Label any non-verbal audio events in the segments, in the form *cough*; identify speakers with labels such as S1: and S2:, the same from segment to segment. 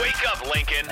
S1: Wake up, Lincoln.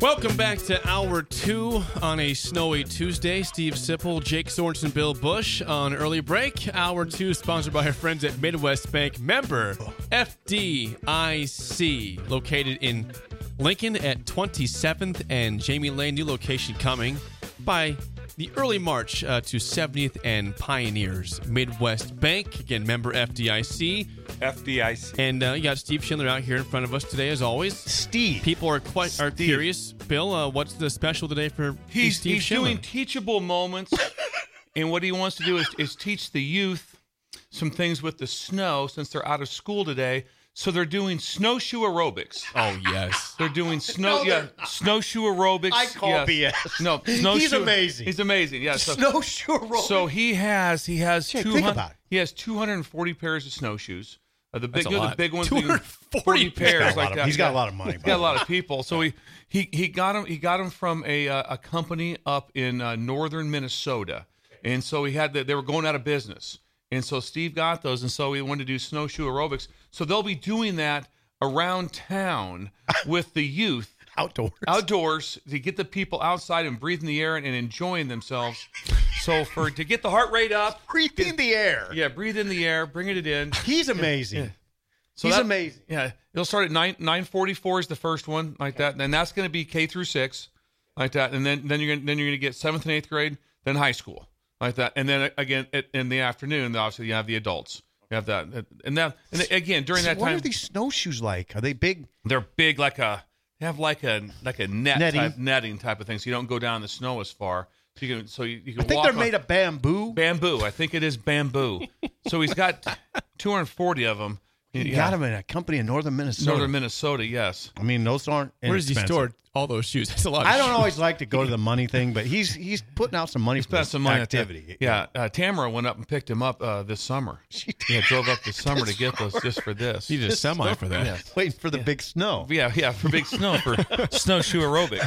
S2: Welcome back to hour two on a snowy Tuesday. Steve Sipple, Jake Sorensen, Bill Bush on early break. Hour two sponsored by our friends at Midwest Bank. Member FDIC, located in Lincoln at 27th and Jamie Lane. New location coming by the early March uh, to 70th and Pioneers. Midwest Bank, again, member FDIC.
S3: FDIC.
S2: And uh, you got Steve Schindler out here in front of us today, as always.
S3: Steve.
S2: People are quite are
S3: Steve.
S2: curious. Bill, uh, what's the special today for
S3: He's
S2: Steve
S3: he's
S2: Schindler?
S3: doing
S4: *laughs*
S3: teachable moments, and what he wants to do is, is teach the youth some things with the snow since they're out of school today. So they're doing snowshoe aerobics.
S2: oh
S3: *laughs*
S2: yes,
S3: They're
S4: *laughs*
S3: doing snow,
S4: No,
S3: yeah,
S4: they're not.
S3: snowshoe aerobics.
S4: I call
S3: yes.
S4: BS.
S3: No,
S4: He's
S3: snowshoe.
S4: amazing.
S3: He's amazing. Yeah. so-
S4: Snowshoe roll.
S3: So he has he has
S4: Jake,
S3: two
S4: think
S3: hundred
S4: about it.
S3: he has two hundred and forty pairs of snowshoes. Uh, the big,
S2: That's a
S3: you know, the
S2: lot.
S3: big ones,
S2: 240
S3: 40
S2: pairs.
S4: He's got a lot
S3: pairs like
S4: of-
S3: that.
S4: he's got a lot of money,
S3: He's
S4: by
S3: got
S4: the
S3: a lot of people. So he, he he got him he got him from a uh, a company up in uh, northern Minnesota, and so he had the, they were going out of business, and so Steve got those, and so he wanted to do snowshoe aerobics. So they'll be doing that around
S4: *laughs*
S3: town with the youth
S4: outdoors.
S3: outdoors to get the people outside and breathing the air and, and enjoying themselves. So for to get the heart rate up,
S4: Breathe in the air.
S3: yeah, breathe in the air, bring it in.
S4: He's amazing.
S3: So
S4: He's
S3: that-
S4: amazing.
S3: Yeah, it'll start at nine nine forty four is the first one like that. Then that's going to be K through six like that, and then then you're gonna, then you're going to get seventh and eighth grade, then high school like that, and then uh, again at, in the afternoon, obviously you have the adults. You have that, and that, and again during
S4: So
S3: that
S4: what
S3: time,
S4: are these snowshoes like? Are they big?
S3: they're big like a they have like a like a net
S4: Netting.
S3: type netting type of thing so you don't go down in the snow as far so you can so you, you can
S4: I think
S3: walk
S4: they're
S3: on-
S4: made of bamboo.
S3: bamboo i think it is bamboo
S4: *laughs*
S3: so he's got 240 of them
S4: you got them in a company in northern Minnesota.
S3: northern minnesota yes
S4: I mean, those aren't.
S2: Where does he
S4: inexpensive.
S2: store all those shoes? *laughs* That's a lot. Of
S4: I don't
S2: shoes.
S4: always like to go to the money thing, but he's he's putting out some money for
S3: spent
S4: this
S3: some money at that.
S4: activity.
S3: yeah uh, tamara went up and picked him up uh,
S4: *laughs*
S3: this summer she yeah drove up this summer to get those just for this
S2: He did a semi for *laughs* that.
S3: Yeah.
S4: *laughs* waiting for the big snow.
S3: yeah yeah for big snow
S4: *laughs*
S3: for snowshoe aerobics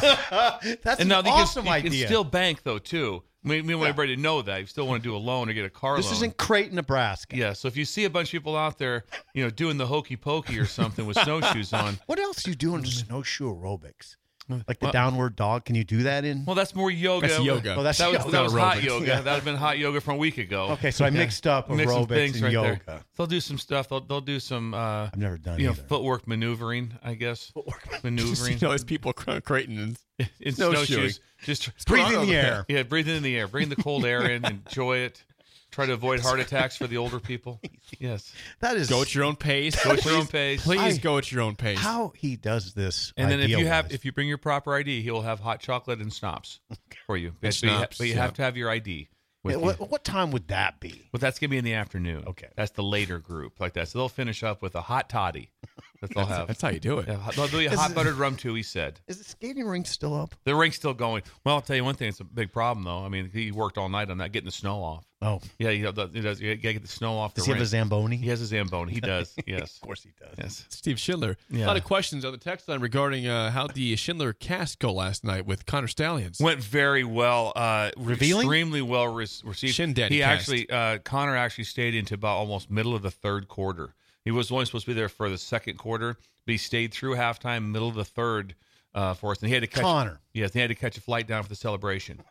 S4: That's
S3: and
S4: an
S3: now you
S4: awesome
S3: can, you
S4: idea.
S3: can still bank though too we, we want everybody to know that you still want to do a loan or get a car
S4: this
S3: loan
S4: is in Creighton, Nebraska.
S3: Yeah, so if you see a bunch of people out there, you know, doing the hokey pokey or
S4: *laughs*
S3: something with snowshoes on,
S4: What else you doing?
S3: Mm.
S4: Snowshoe aerobics, like the downward dog. Can you do that in?
S3: well, that's more yoga.
S2: That's yoga.
S4: Oh, that's
S3: that was,
S4: yoga.
S3: that was hot
S2: Aerobics.
S3: yoga. That would have been hot yoga from a week ago.
S4: Okay, so I mixed up
S3: Mix some
S4: aerobics and yoga.
S3: There. They'll do some stuff. They'll they'll do some. Uh,
S4: I've never done
S3: you know,
S4: either.
S3: footwork maneuvering. I
S4: *laughs*
S3: guess footwork maneuvering
S2: *laughs* You know, it's people cr- Creighton. and-
S3: in
S2: snowshoeing.
S3: snowshoes. Just
S4: Breathe in the air.
S3: yeah, breathe in the air. Bring the cold air
S4: *laughs*
S3: in. Enjoy it. Try to avoid heart attacks for the
S4: *laughs*
S3: older people. Yes,
S4: That is
S2: Go at your own pace.
S3: go at your own pace.
S2: Please
S4: I-
S2: go at your own pace.
S4: how he does this.
S3: And then if you have
S4: idea-wise.
S3: if you bring your proper ID, he'll have hot chocolate and schnapps for you. But, but you, ha-
S2: schnapps,
S3: but you
S2: yeah.
S3: have to have your ID with
S4: Yeah,
S3: you.
S4: what, what time would that be?
S3: But that's gonna be in the afternoon.
S4: Okay.
S3: that's the later group like that. So they'll finish up with a hot toddy that they'll have.
S2: That's how you do it.
S3: Yeah, hot- they'll do you hot buttered rum too. He said
S4: Is the skating rink still up?
S3: the rink's still going. Well, I'll tell you one thing. It's a big problem though. I mean, he worked all night on that, getting the snow off.
S4: Oh,
S3: Yeah, you know, the, he does. You gotta get the snow off the
S4: does he have a
S3: rink.
S4: zamboni?
S3: he has a zamboni. He does. *laughs* Yes.
S4: of course he does.
S3: yes.
S2: Steve Schindler.
S3: Yeah.
S2: A lot of questions on the text line regarding uh, how the Schindler cast go last night with Connor Stallions.
S3: Went very well. Uh,
S4: Revealing?
S3: Extremely well re- received.
S2: Shin daddy
S3: he
S2: cast.
S3: actually, uh, Connor actually stayed into about almost middle of the third quarter. He was only supposed to be there for the second quarter, but he stayed through halftime, middle of the third uh, for us. And he had to catch
S4: Connor.
S3: Yes, he had to catch a flight down for
S4: *laughs*
S3: the celebration.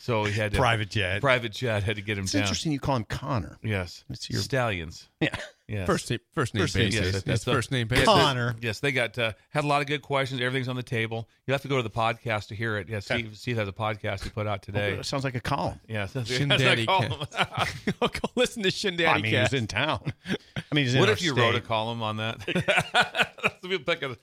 S3: so he had to,
S4: Private jet.
S3: Private jet had to get him
S4: It's
S3: down.
S4: interesting you call him Connor.
S3: Yes,
S4: It's your-
S3: stallions.
S4: Yeah.
S3: Yes.
S2: First name, first name
S4: First name
S2: basis.
S3: Yes,
S2: That's
S3: the-
S2: first name
S3: yes,
S2: basis.
S3: they-
S4: Connor.
S3: Yes, they got uh, had a lot of good questions. Everything's on the table. You'll have to go to the podcast to hear it. Yeah, Steve, Steve has a podcast he put out today.
S4: *laughs* That sounds like a column.
S3: Yes, that's, *laughs*
S2: Shin
S3: that's
S2: Daddy
S3: a column.
S2: cast. Go *laughs* listen to Shin Daddy
S4: I mean,
S2: cast.
S4: he's in town.
S3: *laughs*
S4: I mean, he's in
S3: what
S4: our
S3: if you
S4: state.
S3: wrote a column on that? *laughs* that's the people pick it,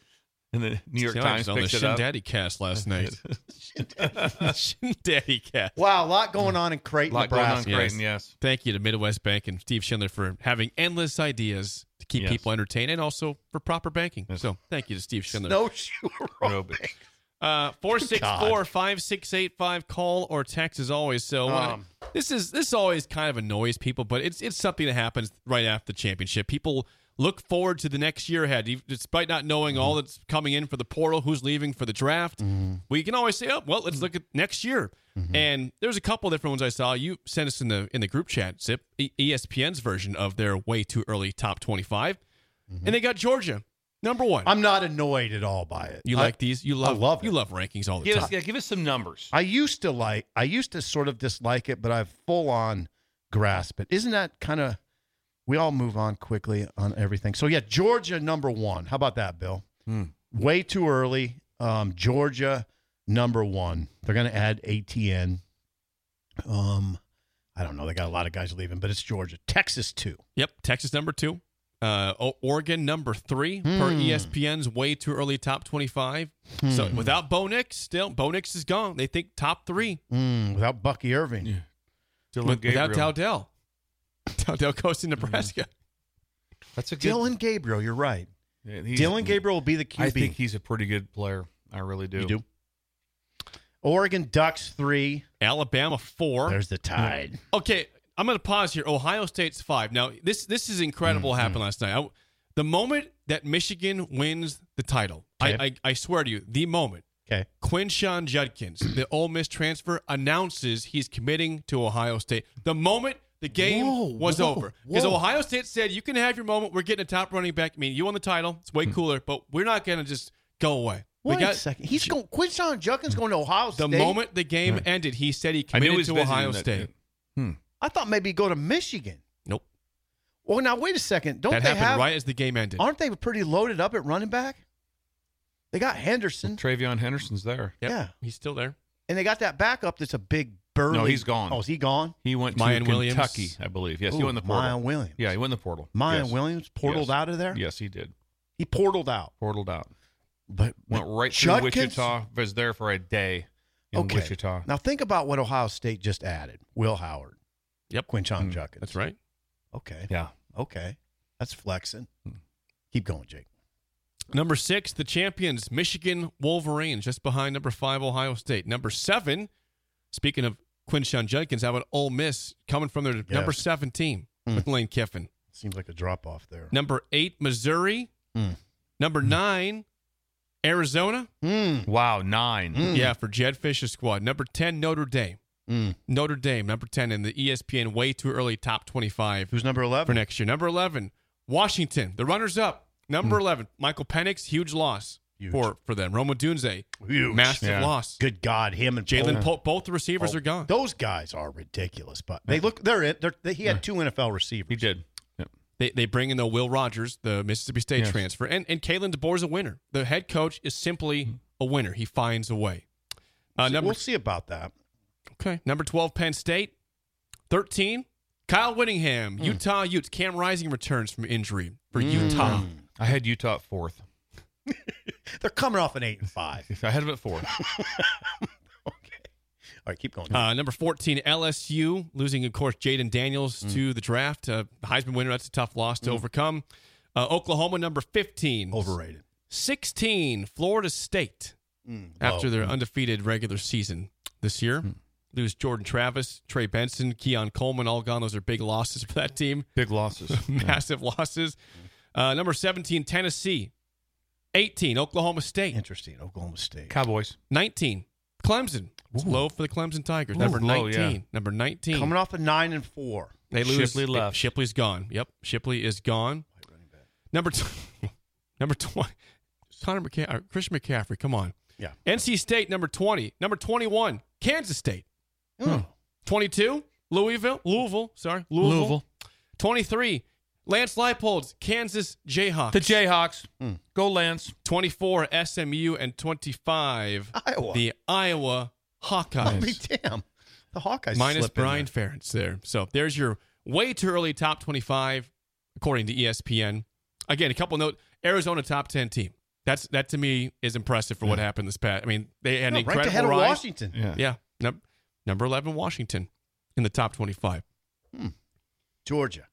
S3: and the New York
S2: Yeah, I was
S3: Times
S2: on the
S3: picked it
S2: Shin
S3: up.
S2: Daddy cast
S3: *laughs*
S2: last night. *laughs* Shin Daddy cast.
S4: Wow, a lot going on in Creighton,
S3: Mm. lot going on,
S4: Nebraska.
S2: yes.
S3: Creighton. Yes.
S2: Thank you to Midwest Bank and Steve Schindler for having endless ideas to keep
S3: Yes.
S2: people entertained and also for proper banking.
S3: Yes.
S2: So thank you to Steve Schindler.
S4: *laughs* Snowshoe
S3: Aerobic.
S2: Uh, 464-5685, call or text as always. So uh,
S4: Um,
S2: this is this always kind of annoys people, but it's it's something that happens right after the championship. People look forward to the next year ahead, even- despite not knowing all that's coming in for the portal, who's leaving for the draft.
S4: Mm-hmm.
S2: We can always say, "Oh, well, let's look at next year." And there's a couple different ones I saw. You sent us in the in the group chat, Zip, E- ESPN's version of their way too early top 25, and they got Georgia number one.
S4: Mm-hmm. I'm not annoyed at all by it.
S2: You
S4: I-
S2: like these? You love,
S4: love
S2: you
S4: it.
S2: love rankings all the
S3: Give
S2: time.
S3: us, yeah, give us some numbers.
S4: I used to like. I used to sort of dislike it, but I've full on grasp it. Isn't that kind of? We all move on quickly on everything. So yeah, Georgia number one. How about that, Bill? Way too early. Um, Georgia number one. They're going to add ATN. Um, I don't know. They got a lot of guys leaving, but it's Georgia. Texas two.
S2: Yep, Texas number two, uh, O- Oregon number three per
S4: Hmm.
S2: E ESPN's way too early top twenty-five. So without Bo Nix, still Bo Nix is gone. They think top three
S4: Mm, without Bucky Irving.
S3: Dylan
S2: with, without *laughs*
S3: Gabriel.
S2: Dowdell. Dowdell goes to Nebraska.
S4: Hmm.
S3: That's a good.
S4: Dylan Gabriel. You're right.
S3: Yeah, he's-
S4: Dylan Gabriel will be the QB.
S3: I think he's a pretty good player. I really do.
S4: you do. Oregon Ducks three.
S2: Alabama four.
S4: There's the tide.
S2: Okay, I'm going to pause here. Ohio State's five. Now this this is incredible.
S4: Hmm.
S2: what Happened last night. I, the moment that Michigan wins the title, I, I
S4: Okay.
S2: I swear to you, the moment
S4: Okay.
S2: Quinshawn Judkins, the *clears throat* Ole Miss transfer, announces he's committing to Ohio State. The moment the game
S4: Whoa,
S2: was
S4: whoa,
S2: over, because
S4: whoa.
S2: Ohio State said, "You can have your moment. We're getting a top running back. I mean, you won the title. It's
S3: Hmm.
S2: way cooler, but we're not going to just go away."
S4: Wait
S2: we got
S4: a second. He's going. Quinshawn Judkins going to Ohio
S2: the
S4: State.
S2: moment the game ended. He said he
S3: Hmm. I knew
S2: committed
S3: he was
S2: to
S3: visiting
S2: Ohio
S3: that-
S2: State.
S4: I thought maybe he'd go to Michigan.
S2: Nope,
S4: Well, now wait a second. Don't
S2: that
S4: they
S2: happened
S4: have?
S2: right as the game ended.
S4: Aren't they pretty loaded up at running back? They got Henderson,
S3: Travion Henderson's there.
S2: Yep,
S4: yeah.
S2: he's still there.
S4: and they got that backup that's a big burly.
S3: No, he's gone.
S4: Oh, is he gone?
S3: He went
S2: Mayan
S3: to
S2: Williams.
S3: Kentucky, I believe. Yes, he
S4: Ooh,
S3: went in the portal.
S4: Mayan Williams.
S3: Yeah, he went in the portal.
S4: Mayan
S3: Yes.
S4: Williams portaled
S3: Yes.
S4: out of there.
S3: Yes, he did.
S4: He portaled out,
S3: Portaled out.
S4: but
S3: Went
S4: but
S3: right to
S4: Judkins?
S3: Wichita. Was there for a day in
S4: okay.
S3: Wichita.
S4: Now think about what Ohio State just added: Will Howard,
S2: Yep,
S4: Quinchon
S3: Mm,
S4: Judkins.
S2: that's right.
S4: Okay.
S3: Yeah. Hmm.
S4: Okay. That's flexing. Keep going, Jake.
S2: Number six, the champions, Michigan Wolverines, just behind number five, Ohio State. Number seven, speaking of Quinshawn Judkins, how about Ole Miss coming from their number seven team with Lane Kiffin?
S4: Seems like a drop off there.
S2: Number eight, Missouri.
S4: Hmm.
S2: Number nine, Arizona.
S4: Mm.
S3: Wow, nine.
S2: Yeah, for Jed Fisher's squad. Number 10, Notre Dame.
S4: Mm.
S2: Notre Dame, number 10 in the E ESPN way too early top 25
S4: Who's number
S2: for
S4: 11?
S2: next year. Number 11, Washington, the runners up. Number 11, Michael Penix, huge loss
S4: Huge.
S2: for, for them. Roma Dunze,
S4: Huge.
S2: massive
S3: Yeah.
S2: loss.
S4: Good God, him and
S2: Jalen,
S4: Pope.
S2: Pope, both the receivers
S4: Pope.
S2: are gone.
S4: Those guys are ridiculous, but they look, they're in. They're, they, he had two NFL receivers.
S3: He did.
S2: They, they bring in the Will Rogers, the Mississippi State
S3: Yes.
S2: transfer, and and Kalen DeBoer's a winner. The head coach is simply a winner. He finds a way. Uh,
S4: So
S2: number
S4: we'll see about that.
S2: okay, number twelve, Penn State, thirteen, Kyle Whittingham, Utah Utes. Cam Rising returns from injury for Utah.
S3: I had Utah at fourth.
S4: They're coming off an eight
S2: *laughs*
S4: and five.
S3: I had him at fourth.
S4: All right, keep going.
S2: Uh, number 14,
S3: Mm.
S2: LSU, losing, of course, Jaden Daniels to the draft. Uh, Heisman winner, that's a tough loss to overcome. Uh, Oklahoma, number 15.
S4: Overrated.
S2: 16, Florida State, after their undefeated regular season this year.
S3: Hmm.
S2: Lose Jordan Travis, Trey Benson, Keon Coleman, all gone. Those are big losses for that
S3: *laughs*
S2: team. *laughs*
S3: Big losses.
S2: Massive losses. Uh, number 17, Tennessee. 18, Oklahoma State.
S4: Interesting. Oklahoma State.
S3: Cowboys.
S2: 19, Clemson. It's low for the Clemson Tigers. number
S3: Ooh, low,
S2: 19.
S3: yeah.
S2: Number 19.
S4: Coming off a nine and four.
S2: They lose.
S3: Shipley left.
S2: Shipley's gone. Yep, Shipley is gone. Number two, *laughs* number twenty. Connor McCaffrey, or Christian McCaffrey. Come on.
S4: Yeah.
S2: NC State number twenty. Number twenty-one. Kansas State.
S4: Hmm.
S2: Twenty-two. Louisville. Louisville. Sorry. Louisville.
S3: Louisville.
S2: Twenty-three. Lance Leipold's Kansas Jayhawks.
S3: The Jayhawks. Go Lance.
S2: 24 SMU and 25
S4: Iowa.
S2: the Iowa
S4: I
S2: Hawkeyes.
S4: mean, damn. The Hawkeyes.
S2: minus
S4: slip in
S2: Brian
S4: there.
S2: Ferentz there. So there's your way too early top 25 according to E ESPN. Again, a couple note Arizona top 10 team. That's that to me is impressive for what happened this past. I mean, they had an
S4: No, right
S2: incredible
S4: ahead of
S2: rise.
S4: Washington.
S2: Yeah, num- number 11 Washington in the top 25.
S4: Georgia.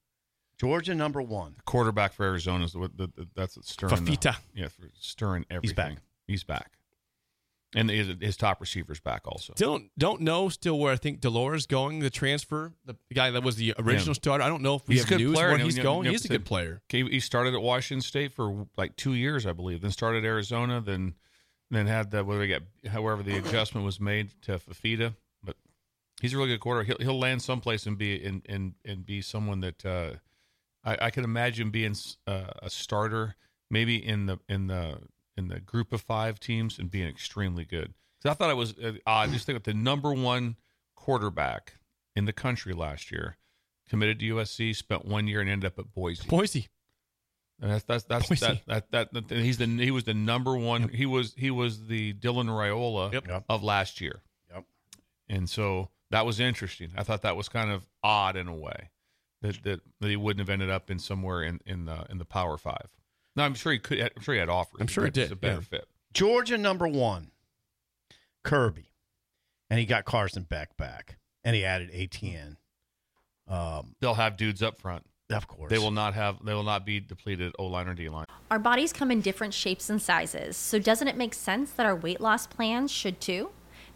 S4: Georgia number one.
S3: Quarterback for Arizona is what the, the- that's what's stirring. the-
S2: Fafita.
S3: yeah, for stirring everything.
S4: back.
S3: He's back. And his, his top receiver's back also.
S2: Don't don't know still where I think Delores going. The transfer, the guy that was the original
S3: Yeah.
S2: starter. I don't know if we
S3: He's a
S2: have
S3: good
S2: news
S3: player.
S2: where
S3: You
S2: he's
S3: know,
S2: going.
S3: you know,
S2: he's a good player.
S3: Okay, He started at Washington State for like two years, I believe. Then started Arizona. Then then had the whether they got however the adjustment was made to Fafita. But he's a really good quarter. He'll, he'll land someplace and be and and, and be someone that uh, I, I could imagine being s- uh, a starter, maybe in the in the in the group of five teams and being extremely good. Because I thought it was uh, odd. Just think of the number one quarterback in the country last year. Committed to USC, spent one year and ended up at Boise.
S2: Boise.
S3: And that's that's that's
S2: Boise.
S3: that, that, that that he's the he was the number one he was he was the Dylan Raiola
S2: Yep.
S4: Yep.
S3: of last year.
S4: Yep.
S3: And so that was interesting. I thought that was kind of odd in a way that that, that he wouldn't have ended up in somewhere in in the in the Power Five. Now I'm sure he could. I'm sure he had offers.
S2: I'm sure he
S3: It's just
S2: did,
S3: A better
S2: yeah.
S3: fit.
S4: Georgia number one, Kirby, and he got Carson back back, and he added ATN. Um,
S3: They'll have dudes up front.
S4: of course,
S3: They will not have. They will not be depleted. O line or D line.
S5: Our bodies come in different shapes and sizes, so doesn't it make sense that our weight loss plans should too?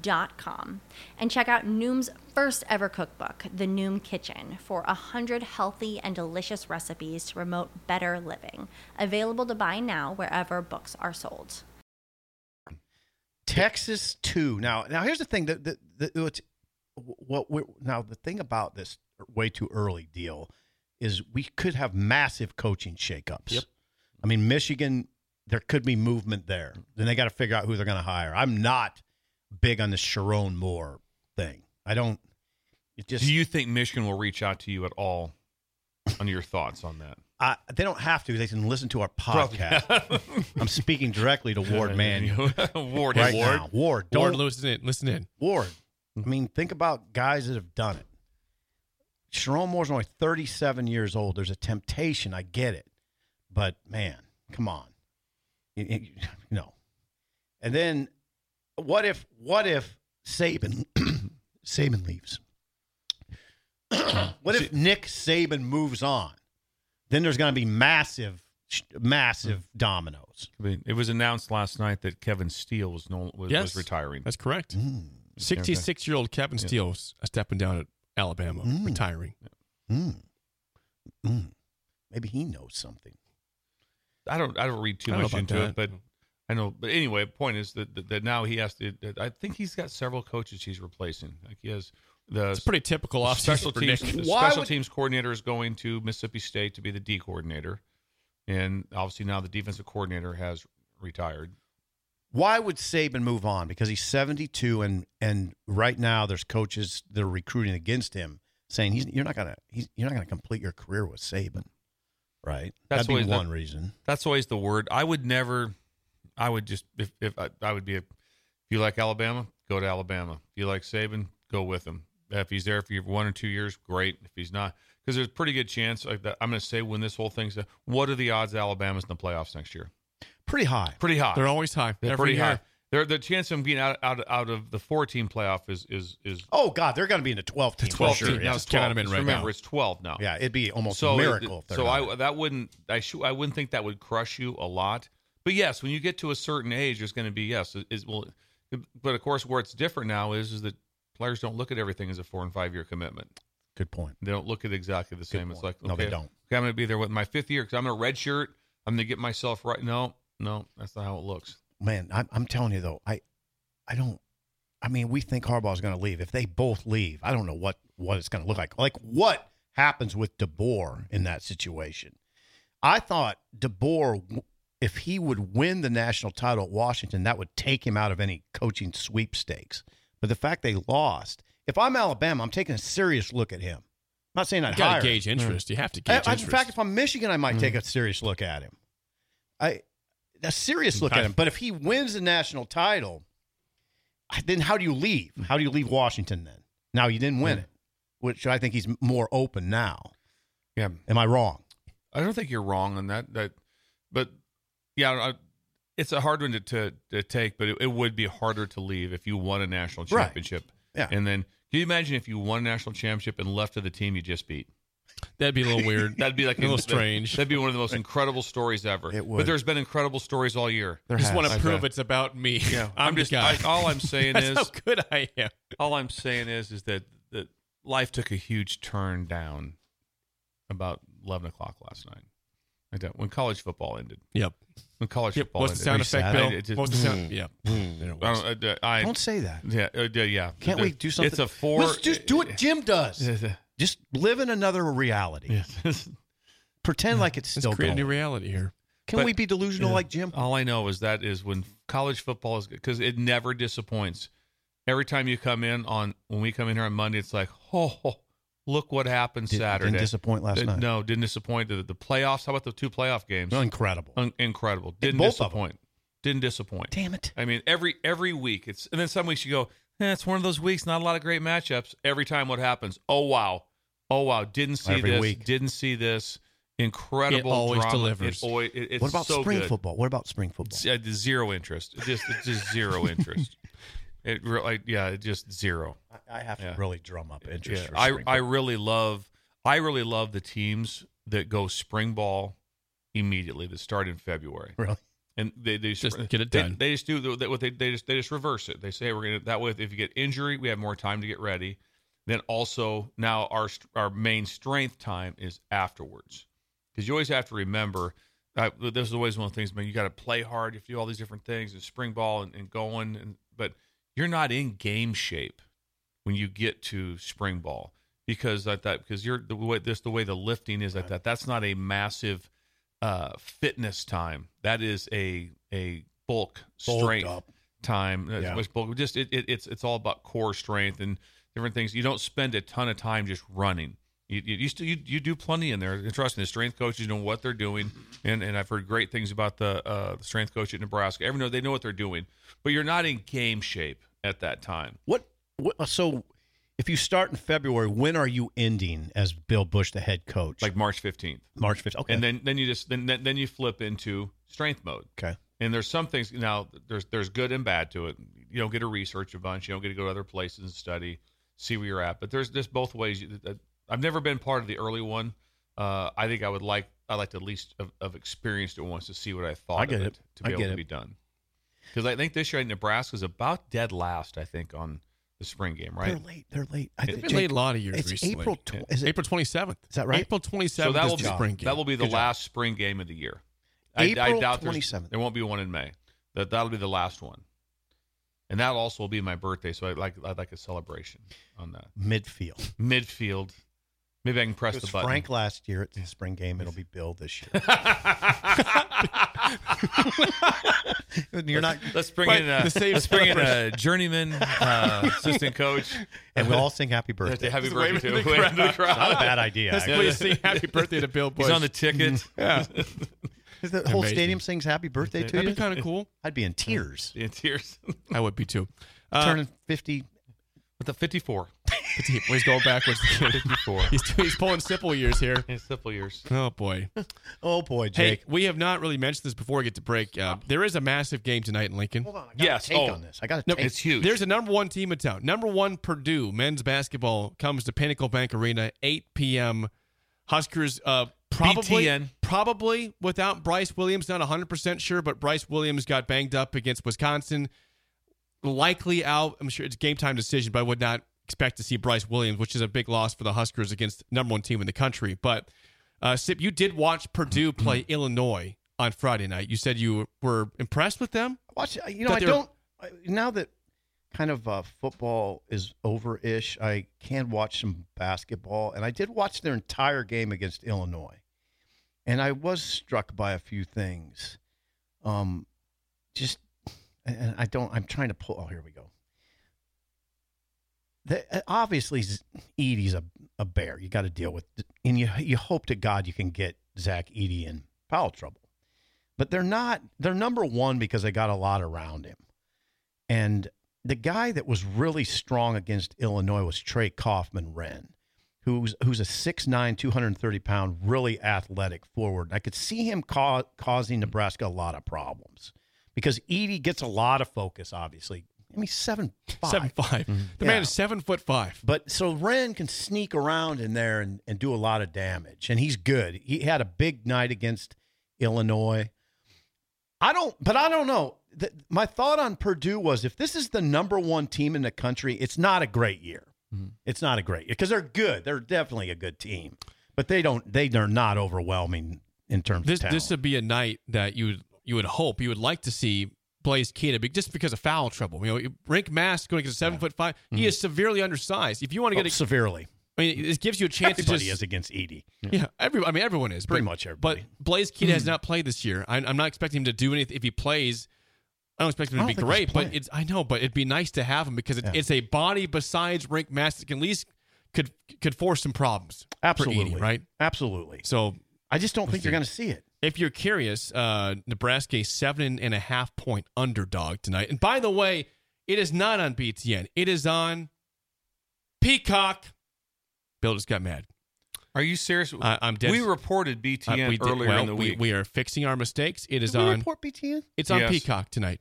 S5: Dot com and check out Noom's first ever cookbook, The Noom Kitchen, for 100 healthy and delicious recipes to promote better living. Available to buy now wherever books are sold.
S4: Texas two. Now, now here's the thing that that, that what's, what we're, now the thing about this way too early deal is we could have massive coaching shakeups.
S2: Yep.
S4: I mean, Michigan, there could be movement there. Then they got to figure out who they're going to hire. I'm not big on the Sharon Moore thing. I don't. It just
S3: Do you think Michigan will reach out to you at all? On your thoughts on that?
S4: I, they don't have to. They can listen to our
S3: *laughs*
S4: podcast.
S2: *laughs*
S4: I'm speaking directly to Ward Mann
S3: Ward.
S4: right
S3: Ward.
S4: now. Ward,
S2: Ward,
S4: don't-
S2: listen in. Listen in.
S4: Ward. I mean, think about guys that have done it. Sharon Moore's only 37 years old. There's a temptation. I get it. But man, come on. You- you- *laughs* no. And then what if what if Saban *clears throat* Saban *coughs* leaves? what if Nick Saban moves on? Then there's going to be massive massive dominoes.
S3: I mean, it was announced last night that Kevin Steele was no was,
S2: Yes.
S3: was retiring.
S2: That's correct.
S4: Mm.
S2: 66 year old Kevin Steele's stepping down at Alabama,
S4: Mm.
S2: retiring.
S4: Mm. Mm. Maybe he knows something.
S3: I don't I don't read too
S2: I don't know
S3: much
S2: about
S3: into
S2: that.
S3: it, but I know. But anyway, point is that, that, that now he has to. that I think he's got several coaches he's replacing. Like he has the
S2: It's pretty typical off
S3: special
S2: for
S3: teams.
S2: Nick.
S3: the
S4: Why
S3: special
S4: would-
S3: teams coordinator is going to Mississippi State to be the D coordinator, and obviously now the defensive coordinator has retired.
S4: Why would Saban move on? Because he's 72, and and right now there's coaches that are recruiting against him, saying he's you're not gonna he's, you're not gonna complete your career with Saban, right?
S3: That's
S4: That'd
S3: what
S4: be
S3: he's-
S4: one reason.
S3: That's always the word. I would never. I would just if if I, I would be. A, if you like Alabama, go to Alabama. If you like Saban, go with him. If he's there for you for one or two years, great. If he's not, because there's a pretty good chance. Like that, I'm going to say when this whole thing's. What are the odds Alabama's in the playoffs next year?
S4: Pretty high.
S3: Pretty high.
S2: They're always high.
S3: Ah. They're
S2: every
S3: pretty
S2: year.
S3: high. They're, the chance of being out out out of the four team playoff is is is
S4: Oh God, they're gonna be in the 12 team. for
S2: 12
S4: sure,
S2: team.
S4: Yeah.
S3: Now
S2: Now
S3: it's
S2: it's count
S3: twelve.
S2: 'em in
S3: Just
S2: right
S3: remember,
S2: now.
S3: it's twelve now.
S4: Yeah, it'd be almost
S3: So
S4: a
S3: it-
S4: miracle. if they're
S3: so
S4: not.
S3: I that wouldn't I sh- I wouldn't think that would crush you a lot. But yes, when you get to a certain age, there's going to be yes. it- Is well, but of course, where it's different now is is that players don't look at everything as a four and five year commitment.
S4: good point.
S3: They don't look at it exactly the same. It's
S4: point.
S3: like okay,
S4: No, they don't.
S3: okay, I'm going to be there with my fifth year because I'm going to redshirt. I'm going to get myself right. No, no, that's not how it looks.
S4: man, I'm, I'm telling you though, I, I don't. I mean, we think Harbaugh's going to leave. If they both leave, I don't know what what it's going to look like. Like what happens with DeBoer in that situation? I thought DeBoer, if he would win the national title at Washington, that would take him out of any coaching sweepstakes. But the fact they lost, if I'm Alabama, I'm taking a serious look at him. I'm not saying I'd
S2: You gotta
S4: hire him.
S2: gauge interest. You have to
S4: Mm. I-
S2: gauge
S4: I- in
S2: interest.
S4: fact, if I'm Michigan, I might take
S3: Mm-hmm.
S4: a serious look at him. I a serious look
S2: Okay.
S4: at him. But if he wins the national title, I- then how do you leave? How do you leave Washington then? Now you didn't win it, which I think he's m- more open now.
S3: Yeah,
S4: Am I wrong?
S3: I don't think you're wrong on that. That, but yeah, I, it's a hard one to to, to take. But it, it would be harder to leave if you won a national
S4: Right.
S3: championship.
S4: Yeah.
S3: And then, can you imagine if you won a national championship and left to the team you just beat?
S2: That'd be a
S4: *laughs*
S2: little weird.
S3: That'd be like
S2: a
S3: *laughs*
S2: little strange.
S3: That'd be one of the most incredible stories ever.
S4: It
S3: But
S4: would.
S3: there's been incredible stories all year.
S4: There
S2: just
S4: has.
S2: want
S3: I
S2: to prove
S3: bet.
S2: it's about me.
S3: Yeah,
S2: I'm, the
S3: just.
S2: guy.
S3: I, all
S2: *laughs*
S3: I'm saying
S2: That's
S3: is,
S2: how good I am.
S3: all I'm saying is, is that that life took a huge turn down about eleven o'clock last night. Like that when college football ended.
S2: Yep.
S3: When college
S2: yep.
S3: football
S2: What's the
S3: ended.
S2: sound effect,
S4: Reset.
S2: Bill?
S3: I- it just-
S2: What's the
S4: Mm.
S2: sound? Yeah.
S3: I don't, I, Mm, I,
S4: Don't say that.
S3: yeah, uh, yeah, yeah.
S4: Can't
S3: The-
S4: we do something?
S3: It's a 4
S4: Let's just do what Jim does.
S3: *laughs* Yeah.
S4: Just live in another reality. Pretend like it's
S2: Let's
S4: still
S2: create a
S4: going.
S2: new reality here.
S4: Can
S3: But-
S4: we be delusional
S3: Yeah. Oh,
S4: like Jim?
S3: All I know is that is when college football is because it never disappoints. Every time you come in on when we come in here on Monday, it's like, oh, look what happened
S4: Did-
S3: Saturday.
S4: Didn't disappoint last
S3: Uh,
S4: night.
S3: No, didn't disappoint. The, the playoffs. How about the two playoff games?
S4: incredible.
S3: Un- incredible. Didn't
S4: both of 'em.
S3: disappoint. Didn't disappoint.
S4: Damn it.
S3: I mean, every every week it's and then some weeks you go, eh, it's one of those weeks, not a lot of great matchups. Every time what happens? Oh wow. Oh wow. Didn't see
S4: Every
S3: this.
S4: week.
S3: Didn't see this. Incredible.
S2: It always
S3: drama.
S2: delivers.
S3: It always, it- it's
S4: what about
S3: so
S4: spring
S3: good.
S4: football? What about spring football?
S3: It's, uh, zero interest. It Just it's just zero
S4: *laughs*
S3: interest. It really yeah, it just zero.
S4: I have
S3: Yeah.
S4: really drum up interest.
S3: Yeah,
S4: for
S3: I
S4: spring
S3: I
S4: football.
S3: really love I really love the teams that go spring ball immediately that start in February.
S4: *laughs* really.
S3: and they, they
S2: Just get it
S3: they-
S2: done.
S3: They, just do the- they- what they they just they just reverse it. They say we're gonna that way. If you get injury, we have more time to get ready. Then also now our st- our main strength time is afterwards because you always have to remember. Uh, this is always one of the things, man. You got to play hard. You have to do all these different things and spring ball and, and going, and but you're not in game shape when you get to spring ball because I thought because you're the way this the way the lifting is like that that's not a massive uh fitness time that is a a bulk
S4: Bulked
S3: strength
S4: up.
S3: time That's
S4: Yeah.
S3: much bulk just it, it, it's it's all about core strength and different things you don't spend a ton of time just running you, you, you, still, you, you do plenty in there. And trust me, the strength coaches know what they're doing. And, and I've heard great things about the, uh, the strength coach at Nebraska. Everyone, they know what they're doing. But you're not in game shape at that time.
S4: What, what? So, if you start in February, when are you ending as Bill Bush, the head coach?
S3: Like March 15th.
S4: March fifth. Okay.
S3: and then then you just then then then you flip into strength mode.
S4: okay.
S3: And there's some things now. There's there's good and bad to it. You don't get to research a bunch. You don't get to go to other places and study, see where you're at. But there's just both ways. You- that- I've never been part of the early one. Uh, I think I would like I like to at least have, have experienced it once to see what I thought
S4: I get
S3: of
S4: it.
S3: to
S4: I
S3: be able
S4: get
S3: to
S4: it.
S3: be done. Because I think this year Nebraska's about dead last. I think on the spring game, right?
S4: They're late. They're late. I
S2: It's
S4: think
S2: been late a lot of years
S4: It's
S2: recently.
S4: April. Tw- is it
S2: April 27th.
S4: Is that right?
S2: April 27th
S3: So that
S2: is
S3: will
S2: the
S3: be
S2: spring game. *laughs*
S3: that will be the
S4: Good job.
S3: last spring game of the year.
S4: April
S3: there's-
S4: 27th.
S3: There won't be one in May. That that'll be the last one, and that also will be my birthday. So I would like I'd like a celebration on that
S4: midfield?
S3: midfield Maybe I can press
S4: It
S3: the
S4: was
S3: button.
S4: Frank last year at the spring game. It'll be Bill this year.
S3: *laughs*
S4: You're not,
S3: Let's bring
S2: Right,
S3: in. Uh,
S2: the same
S3: let's bring in
S2: stuff.
S3: a journeyman uh,
S2: *laughs*
S3: assistant coach.
S4: and we'll all sing happy
S3: There's
S4: birthday.
S3: the happy
S2: Just wave
S3: birthday
S2: to
S3: to
S2: the
S3: *laughs* wave to the
S2: crowd.
S4: Not a
S3: crowd.
S4: bad idea.
S2: Just
S4: actually.
S2: please
S3: *laughs*
S2: sing happy birthday to Bill Bush.
S3: He's on the ticket.
S2: *laughs* yeah.
S4: The whole
S2: Amazing.
S4: stadium sings happy birthday to
S2: That'd be
S4: you.
S2: kind of cool.
S4: I'd be in tears.
S3: In tears.
S2: I would be too. Uh,
S4: Turning 50.
S3: With the 54.
S2: but he- he's going backwards. *laughs* he's, he's pulling simple years here.
S3: In simple years.
S2: Oh boy.
S4: Oh, boy,
S2: Hey,
S4: Jake.
S2: we have not really mentioned this before we get to break. Uh, there is a massive game tonight in Lincoln.
S4: Hold on. I got
S3: Yes,
S4: a take
S3: oh.
S4: on this. I got to
S2: No,
S4: take.
S3: It's huge.
S2: There's a number one team in town. Number one Purdue men's basketball comes to Pinnacle Bank Arena, 8 p.m. Huskers uh, probably
S3: BTN.
S2: probably without Bryce Williams. Not 100 percent sure, but Bryce Williams got banged up against Wisconsin. Likely out. I'm sure it's a game time decision, but I would not expect to see Bryce Williams, which is a big loss for the Huskers against number one team in the country. But uh, Sip, you did watch Purdue play Illinois on Friday night. You said you were impressed with them.
S4: Watch, you know,
S2: That
S4: I
S2: they're-
S4: don't. I- Now that kind of uh, football is over ish, I can watch some basketball. And I did watch their entire game against Illinois. And I was struck by a few things. Um, just, and I don't, I'm trying to pull. Oh, here we go. The, uh, obviously, Z- Edie's a, a bear. You got to deal with, and you you hope to God you can get Zach Edie in foul trouble but they're not they're number one because they got a lot around him and the guy that was really strong against illinois was trey kaufman wren who's who's a 6'9 230 pound really athletic forward i could see him ca- causing nebraska a lot of problems because edie gets a lot of focus obviously i mean seven five. Mm-hmm.
S2: Seven five. The man
S4: Yeah.
S2: is seven foot five.
S4: But so Ren can sneak around in there and, and do a lot of damage. And he's good. He had a big night against Illinois. I don't, but I don't know. The, my thought on Purdue was if this is the number one team in the country, it's not a great year.
S2: Mm-hmm.
S4: It's not a great year because they're good. They're definitely a good team, but they don't, they, they're not overwhelming in terms
S2: This
S4: of talent.
S2: this would be a night that you would you would hope you would like to see Blaze Keita be- just because of foul trouble. You know, Rink Mass going against a seven foot 5
S4: Mm-hmm.
S2: He is severely undersized. If you want to
S4: Oh,
S2: get, a,
S4: severely.
S2: I mean, this gives you a chance
S4: Everybody
S2: to
S4: is
S2: just
S4: against Edie.
S2: *laughs* yeah. Every I mean, everyone is
S4: Pretty
S2: but-
S4: much everybody. Mm-hmm.
S2: But Blaze Keita has not played this year. I, I'm not expecting him to do anything. If he plays, I don't expect him to
S4: I don't
S2: be
S4: think he's
S2: great.
S4: playing.
S2: But it's I know, but it'd be nice to have him because it's,
S4: Yeah.
S2: it's a body besides Rink Mass that can at least could could force some problems. for Edie,
S4: Absolutely.
S2: right.
S4: Absolutely.
S2: So
S4: I just don't think you're going to see it.
S2: if you're curious, uh, Nebraska a seven and a half point underdog tonight. And by the way, it is not on BTN. It is on Peacock. Bill just got mad.
S3: Are you serious?
S2: I- I'm dead-
S3: We reported
S2: Uh,
S3: BTN
S2: we did-
S3: earlier
S2: well,
S3: in the
S2: we-
S3: week.
S2: We, are fixing our mistakes. It is
S4: Did we
S2: on.
S4: report BTN?
S2: It's on
S3: Yes.
S2: Peacock tonight.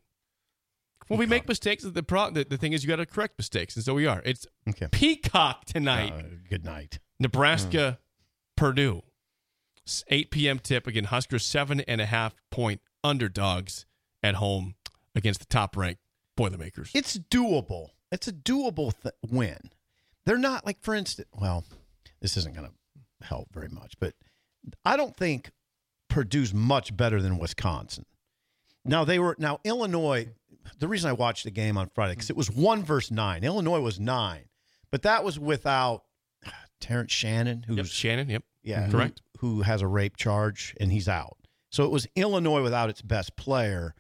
S2: When we make mistakes, the, pro- the the thing is you got to correct mistakes, and so we are. It's
S4: Okay.
S2: Peacock tonight.
S4: Uh, good night.
S2: Nebraska, Purdue. S- 8 p.m. tip. Again, Huskers seven and a half point underdogs at home against the top ranked Boilermakers.
S4: It's doable. It's a doable th- win. They're not like, for instance, well, this isn't going to help very much, but I don't think Purdue's much better than Wisconsin. Now they were now Illinois. The reason I watched the game on Friday because it was one versus nine. Illinois was nine, but that was without uh, Terrence Shannon, who's
S2: Yep, Shannon. Yep. Mm-hmm.
S4: yeah, who-
S2: Correct.
S4: Who has a rape charge and he's out. So it was Illinois without its best player.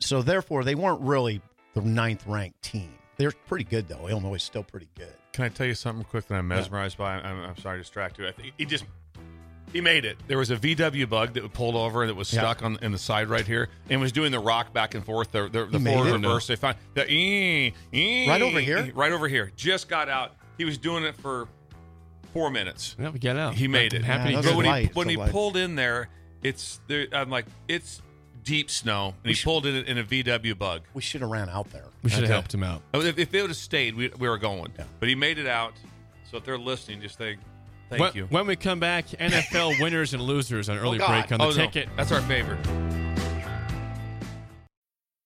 S4: So therefore, they weren't really the ninth ranked team. They're pretty good though. Illinois is still pretty good.
S3: Can I tell you something quick that I'm mesmerized by? I'm, I'm sorry to distract you. I think he just he made it. There was a VW bug that pulled over that was
S4: Yeah.
S3: stuck on in the side right here and was doing the rock back and forth. The, the, the
S4: made
S3: forward
S4: it?
S3: reverse. They found the ee, ee,
S4: Right over here?
S3: ee, right over here. Just got out. He was doing it for four minutes.
S2: Yeah, we
S4: Oh,
S2: get out.
S3: He made it.
S2: Happy
S4: Yeah,
S2: to
S4: that's
S2: go.
S3: But when
S4: light.
S3: he
S4: It's
S3: when
S4: a
S3: he
S4: light.
S3: pulled in there, it's there, I'm like it's deep snow, and he pulled in in a VW bug.
S4: We should have ran out there.
S2: We should have
S3: Okay.
S2: helped him out.
S3: Oh, If, if they would have stayed, we, we were going. But he made it out. So if they're listening, just think, thank
S2: when,
S3: you.
S2: when we come back, NFL winners and losers on early
S4: Oh, God.
S2: break on the
S3: Oh, no.
S2: ticket.
S3: That's our favorite.